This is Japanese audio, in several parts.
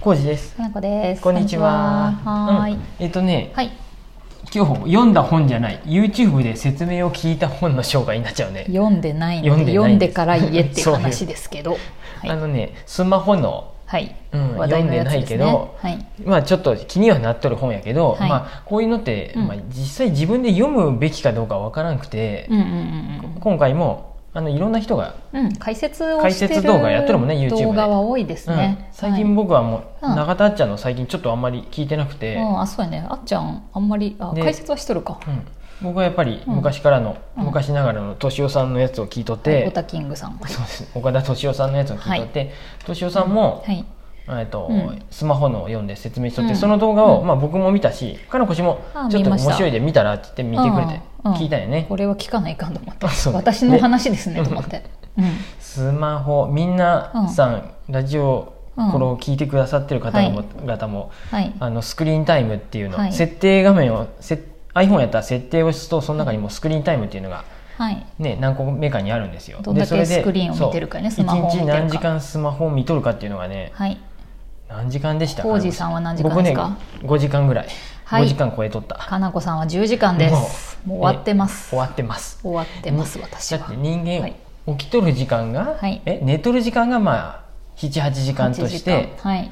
浩二です。かなこです。こんにちは。はーい、うんえっとね、はい。今日読んだ本じゃない、YouTube で説明を聞いた本の紹介になっちゃうね。読んでないので読んでないんです読んでから言えってい うそう話ですけど。はいあのね、スマホの、はい。うん話題のやつです読ね。んではい。まあちょっと気にはなっとる本やけど、はいまあこういうのって、うんまあ実際自分で読むべきかどうかわからなくてう、んうん今回もあのいろんな人が、うんうん。うん、解説を解説動画やってるもんね YouTube で動画は多いですうんね。最近僕はもう、うん永田あっちゃんの最近ちょっとあんまり聞いてなくはてい、うん、あ、そうやね。あっちゃん、あんまり、あ、で解説はしとるか。うん僕はやっぱり昔からの、うん昔ながらの敏夫さんのやつを聞いとっはいて、オタキングさん。そうです岡田敏夫さんのやつを聞いとって、敏夫さんも、はい。えっとうんスマホのを読んで説明しとって、うんその動画を、うんまあ、僕も見たしかのこ氏もああちょっと見ま面した白いで見たらって言って見てくれてうんうん聞いたよね、これは聞かないかんと思ってあそう。私の話ですねと思って。うん。スマホみんなさん、ラジオうんこれを聞いてくださってる方々も,、はい。あのスクリーンタイムっていうの、はい設定画面をせ iPhone やったら設定を押すとその中にもうスクリーンタイムっていうのが、はい。ね、何個目かにあるんですよどんだでけそれでスクリーンを見てるかねそうスマホを見てる一か日何時間スマホを見とるかっていうのがねはい。何時間でしたコージさんは何時間ですか僕ね5時間ぐらい、はい5時間超えとったかなこさんは10時間です。もう終わってまえす。終わってます終わってます私だはって人間、はい起きとる時間が、はいえ寝とる時間がまあ78時間として8時間はい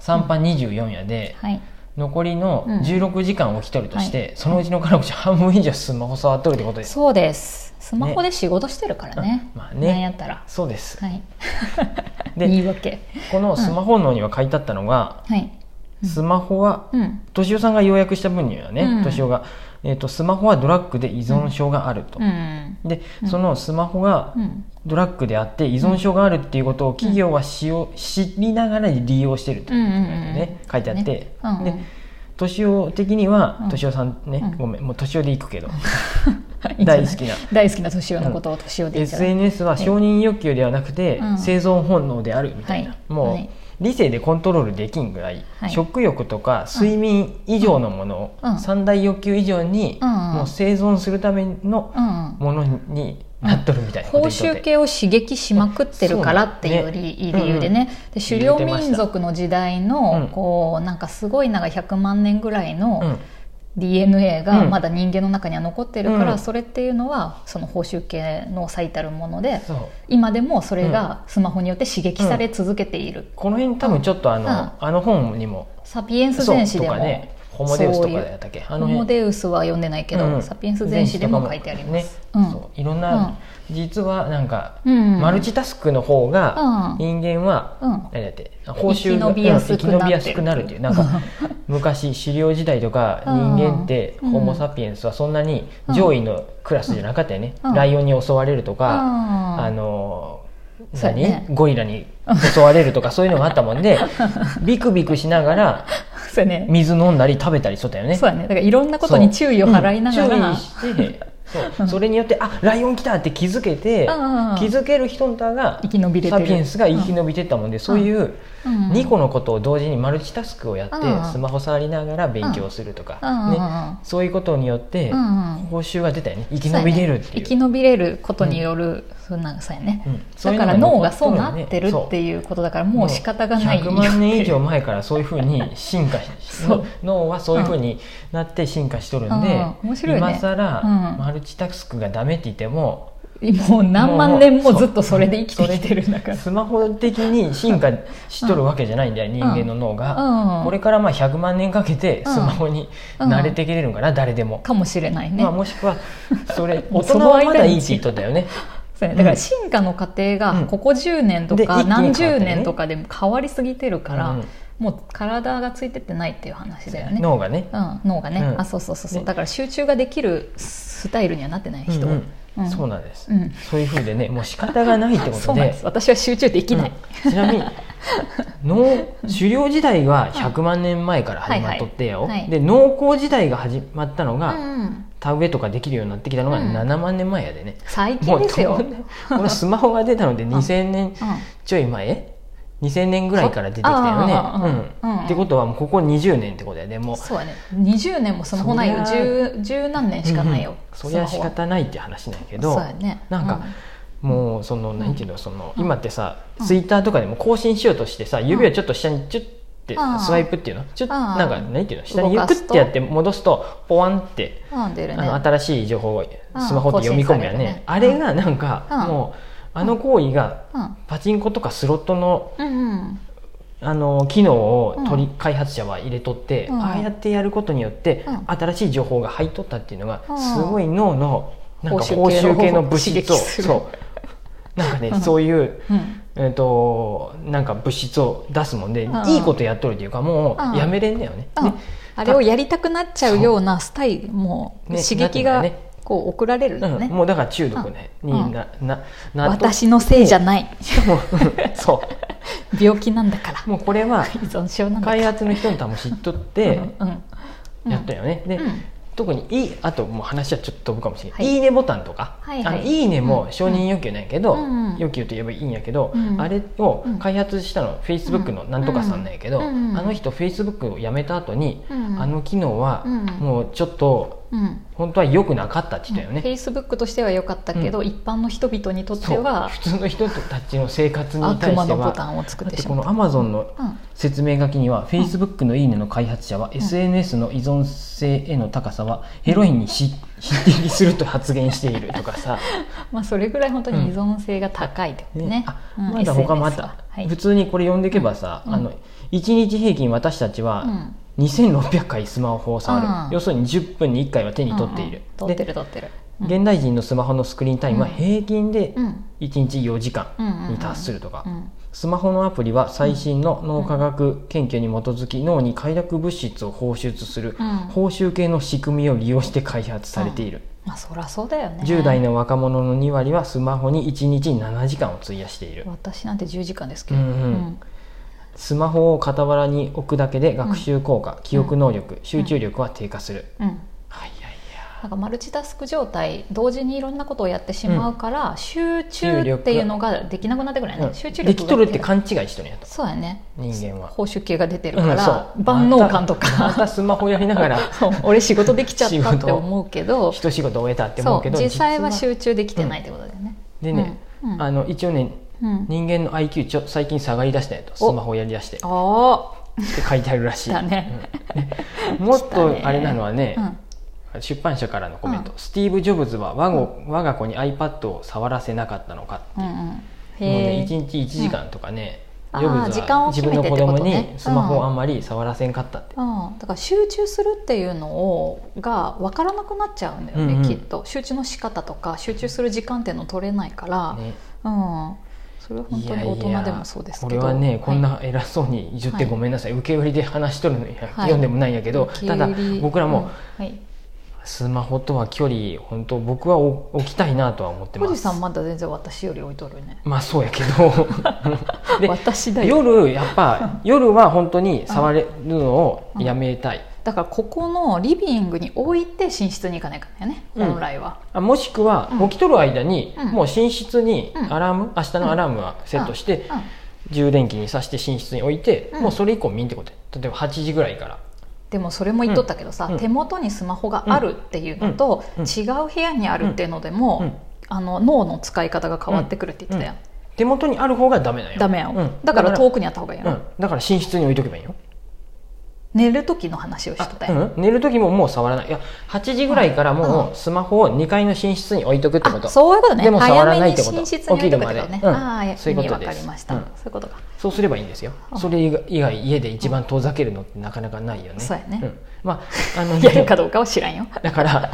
3パ24やで、はい残りのうん16時間起きとるとして、そのうちの彼女半分以上スマホ触っとるってことです、そうですスマホで仕事してるからねあまあねなんやったらそうですはい で言い訳このスマホのには書いてあったのが、はいスマホはうん敏夫さんが要約した分にはね、うん敏夫が、えーと「スマホはドラッグで依存症があると」うんでそのスマホがうんドラッグであって依存症があるっていうことを企業は使用、知りながら利用してるっていうことがね、うん書いてあって、ねうんで敏夫的にはうん敏夫さんね、うんごめんもう敏夫で行くけど いいんじゃない大好きな大好きな年男のことを年男で言っちゃう SNS は承認欲求ではなくて、うん生存本能であるみたいな、はいもう、はい理性でコントロールできんぐらい、はい食欲とか睡眠以上のものを、うん三大欲求以上に、うんもう生存するためのうんうんものになっとるみたいなこ報と言っとって酬系を刺激しまくってるからっていう理そうなんですね理由でね、で入狩れ猟てました民族の時代うんのこうなんかすごい長い100万年ぐらいの、うん、 DNA がうんまだ人間の中には残ってるから、うんそれっていうのはその報酬系の最たるものでそう今でもそれがスマホによって刺激され続けている、この辺多分ちょっとあの、うんあの本にもサピエンスそう全史とでも、かねホモデウスとそうかいうやったっけあホのモ辺デウスは読んでないけど、うんサピエンス全史でも書いてあります、ねうんそういろんな、実はなんか、うんマルチタスクの方がうん人間は、うんあれだって報酬が生き延びやすくなうん生ってるき延びやすくなるっていうなん か昔狩猟時代とかうん人間ってうんホモ・サピエンスはそんなに上位のクラスじゃなかったよね、ライオンに襲われるとか、あのそう何、やねゴリラに襲われると かそういうのがあったもんでビクビクしながらそうやね水飲んだり食べたりしとったよね。そうやねだからいろんなことに注意を払いながうんら、注意してそうそれによってあライオン来たって気づけてうんうん気づける人だが生き延びれてサるピエンスが生き延びてったもんで、そういううん2個のことを同時にマルチタスクをやって、うんスマホ触りながら勉強するとか、うんねうんそういうことによって、うんうん報酬が出たよね生き延びれるっていう生き延びれることによる、そうなんかそうやね、うんそういだうかのがら脳がそうなってるそうっていうことだからもう仕方がないもよう100万年以上前からそういうふうに進化しそう脳はそういうふうになって進化しとるんで、うん面白いね今更、うんマルチタスクがダメって言ってももう何万年もずっとそそうれで生きてきてるんだからスマホ的に進化しとるわけじゃないんだよ、人間の脳が、うんこれからまあ100万年かけてスマホに慣れてきれるんかな、誰でも。かもしれないね,、まあ、もしくはそ れ大そ人のは間にまだいいって言っとったよねそうやねだから進化の過程うんがここ10年とでか一気に変わ何ってね十年とかでも変わりすぎてるから、うんもう体がついてってないっていう話だよね、脳がねうん、脳がね、うんあそうそうそうそうねだから集中ができるスタイルにはなってない人、うんうんうんそうなんです、うんそういうふうでねもう仕方がないってこ そとうなんでです私は集中できない、うんちなみに農狩猟時代は100万年前から始まっとってよ、はいはいはいで農耕時代が始まったのが、うん田植えとかできるようになってきたのがうん7万年前やでね、最近ですよ、とんでこのスマホが出たので2000年うんちょい前2000年ぐらいから出てきたよああああね、うんうんうんってことはもうここ20年ってことやでもうそうやね20年もスマホないよそりゃ十十何年しかないよ、うんうんそりゃ仕方ないって話なんやけどそうやねなんか、もうその何ていうのその今ってさツイッターとかでも更新しようとしてさ指をちょっと下にちょっってあースワイプっていうのちょっとあーなんか何ていうの下にゆ動かくっすとてやって戻すとポワンってあ出るねあの新しい情報をスマホで読み込むやねああー更新されるねれがなんかうんもうあの行為がパチンコとかスロットのうんうんあの機能を取り、う開発者は入れとって、うんああやってやることによって、うん新しい情報が入っとったっていうのが、うんすごい脳のなんか報報酬系の酬系の物質を刺激するそうなんかね、うんそういう、うんえー、となんか物質を出すもんで、うんいいことやっとるっていうかもうんうやめれんだよね。うんねあれをやりたくなっちゃうようなスタイルもうね刺激なっがてんだよねこう送られるんだようんねもうだから中毒ね、うんになななっと私のせいじゃないしかもそ病気なんだからうもうこれは依存症なんだから開発の人の多分知っとっうてんうんうんやったよね。で、うん特にいいあともう話はちょっと飛ぶかもしれない、はいい、いねボタンとか、はいはいあのいいねも承認要求なんやけど、うんうん要求といえばいいんやけど、うんあれを開発したの、Facebook のなんとかさんなんやけど、うんうんあの人 Facebook を辞めた後に、うんあの機能はうんもうちょっとうん本当は良くなかったってフ言ったよね、ェイスブックとしては良かったけど、うん一般の人々にとってそうは普通の人たちの生活に対悪魔してのボはタだンを作っっててしこまのうアマゾンのうん説明書きには Facebook の「いいね」の開発者は、SNS の依存性への高さはヘロインにし匹敵すると発言しているとかさ、まあ、それぐらい本当に依存性が高いって ことねねあうんまだ他 SNS もあはった、はい普通にこれ読んでいけばさ、うんあの1日平均私たちうはん2600回スマホを触る、うん要するに10分に1回は手に取っている、うんうん取ってでる取ってるうん現代人のスマホのスクリーンタイムは平均でうん1日4時間うんうんに達するとか、うんスマホのアプリは最新の脳科学研究に基づき脳に快楽物質を放出するうん報酬系の仕組みを利用して開発されている、まあそりゃそうだよね10代の若者の2割はスマホに1日に7時間を費やしている私なんて10時間ですけど、うんうんスマホを傍らに置くだけで学習効果、記憶能力集中力は低下する、うんうんはいはいなんかマルチタスク状態同時にいろんなことをやってしまうから、集中っていうのができなくなってくるよや、ね、うん集中力ができとるって勘違いしとるんやとそうやね人間は報酬系が出てるから、うんそう万能感とまたまかたスマホやりながら そう俺仕事できちゃった仕って事を思うけど一仕事終えたって思そううけど実際は実集中できてないってことだよね、でね、うんうんあの一応ねうん人間の IQ ちょ最近下がりだしたんやとスおマホやりだしてってああ書いてあるらしい、だね、もっとあれなのはねう、ん出版社からのコメント、スティーブ・ジョブズは我が,、我が子に iPad を触らせなかったのかうんうんもうねへえ1日1時間とかね、うんジョあブーズ時間はを自決め分てのってこ子とね供にスマホうんをあんまり触らせんかったって、うん、だから集中するっていうのをが分からなくなっちゃうんだよね、うんうんきっと集中の仕方とか集中する時間っていうの取れないから、ねうん、それは本当に大人でもそうですけどこれはねこんなは偉そうに言ってごめんなさい、受け売りで話しとるのに、い読んでもないんやいけど受けただ売り僕らうんもはい、スマホとは距離本当僕はお置きたいなとは思ってま小す路さんまだ全然私より置いとるねまあそうやけ ど私だでよ夜やっぱ夜は本当に触れるのをやめたいだからここのリビングに置いて寝室に行かないからねうん本来は、あもしくはうん起きとる間にうんもう寝室にうんアラーム明日のアラームはセットしてうん充電器に挿して寝室に置いてうんもうそれ以降見んってことで例えば8時ぐらいからでもそれも言っとったけどさ、うん手元にスマホがあるっていうのと、うんうん違う部屋にあるっていうのでも、うんあの脳の使い方が変わってくるって言ってたよ、手元にある方がダメなんよダメやん、うんだかだからら遠くにあった方がいいよ、うんだから寝室に置いとけばいいよ寝る時の話をしとったよ、うん寝る時ももう触らないいや8時ぐらいからもうスマホを2階の寝室に置いとくってことあそういうことねでも触らないってこと早めに寝室に置いとくってこと起ねき、るまでうんああ意そういう味ことわですかりました、うんそういうことかそうすればいいんですよあ。それ以外以外家で一番遠ざけるのってなかなかないよね。そうやねんまああの やるかどうかは知らんよだから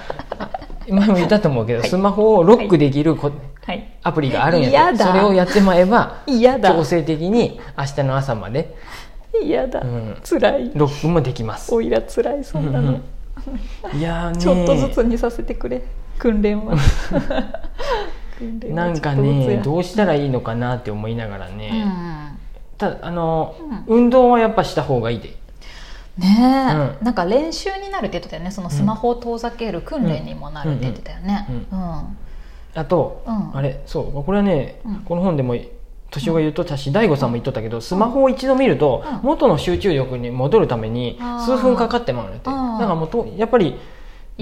前も言ったと思うけど、はいスマホをロックできるこ、はいアプリがあるんややけだどそれをやってまえば嫌だ強制的に明日の朝まで嫌だ、うん辛いロックもできます。おいら辛いそんなうの、んうんいやーねちょっとずつにさせてくれ訓 練は訓練はなんかちょっとずつねやどうしたらいいのかなって思いながらね、うんただあの、運動はやっぱした方がいいでねえ、うなんか練習になるって言ってたよねそのスマホを遠ざける訓練にもなるって言ってたよねう、うんあと、うんあれそうこれはね、うんこの本でも敏夫が言うとったし大悟さんも言っとったけどスマホを一度見るとうん元の集中力に戻るためにあー数分かかってまうのってあだーからもうとやっぱり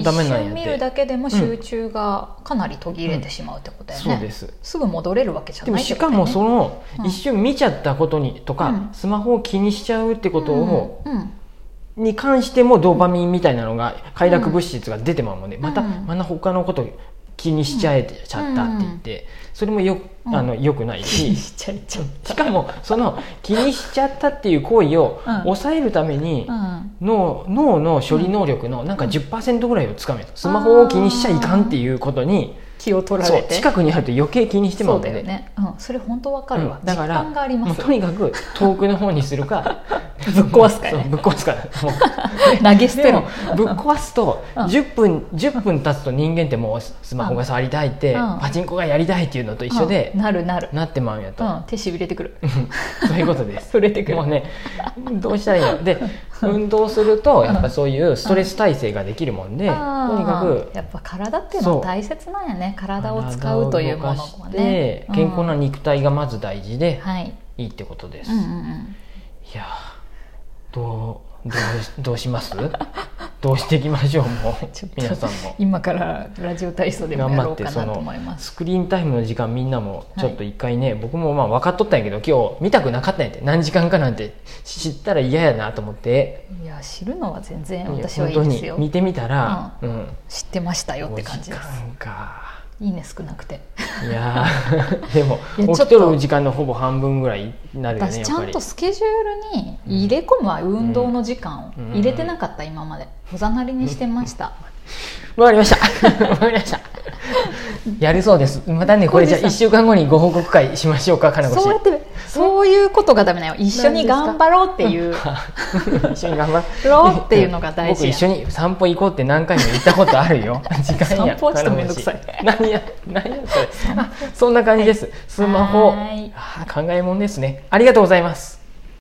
ダメなんや一瞬見っるてだけでも集中がかなり途切れてしまうってことやね、そうですすぐ戻れるわけじゃでなもいってしことかやねもそのうん一瞬見ちゃったことにとかうんスマホを気にしちゃうってことをうんうんに関してもドーパミンみたいなのが快楽物質が出てまうのでまたうんまた他のこと気にしちゃえちゃったって言ってそれもようんあのよくない気しにしちゃいちゃっしかもその気にしちゃったっていう行為をうん抑えるためにた、うん、脳脳の処理能力のなんか10%ぐらいをつかめるスマホを気にしちゃいかんっていうことに気を取らそれうて近くにあると余計気にしてもそううのだでよね、うん、それ本当わかるわ、うんだから実感がありもまうすとにかく遠くの方にするか ぶっ壊すかそうらねぶっ壊すからもう投げ捨てでもろぶっ壊すとうん10分10分経つと人間ってもうスマホが触りたいってうんパチンコがやりたいっていうのと一緒でうんなるなる、なってまうんやとうん、手しびれてくるそういうことです触れてくるもうねどうしたらいいので運動するとやっぱそういうストレス耐性ができるもんでとにあーかくやっぱ体っていうのは大切なんやね体を使うというものは体ねを動かして健康なうん肉体がまず大事ではい、いいってことです、うんうんいうん、やーどうどうどうしますどうしていきましょうもう ちょっと皆さんも今からラジオ体操でも頑や張ろっうかてなそとの思いますスクリーンタイムの時間みんなもはいちょっと一回ね、僕もまあ分かっとったんやけど今日見たくなかったんやって何時間かなんて知ったら嫌やなと思っていや知るのは全然いや私は本い当いですによ見てみたら、うん知ってましたよっ5て時感じです間かいいね少なくていや ーでもいやち起ょっときとる時間のほぼ半分ぐらいになるよね私ちやゃっぱんりとスケジュールに入れ込むわ、運動の時間をうん入れてなかった今までおざなりにしてました、わかりました わかりましたやるそうですまたねこれじゃあ1浩二さ週間後にご報告会しましょうかかなこそうやってそういうことがダメなよ一緒に頑張ろうっていうし 一緒に頑張ろうっていうのが大僕事や一緒に散歩行こうって何回も言ったことある よ時間や散歩はちょっとめんどくさい金持ち何や何やそれあそんな感じですスマホはいあー考えもんですねありがとうございます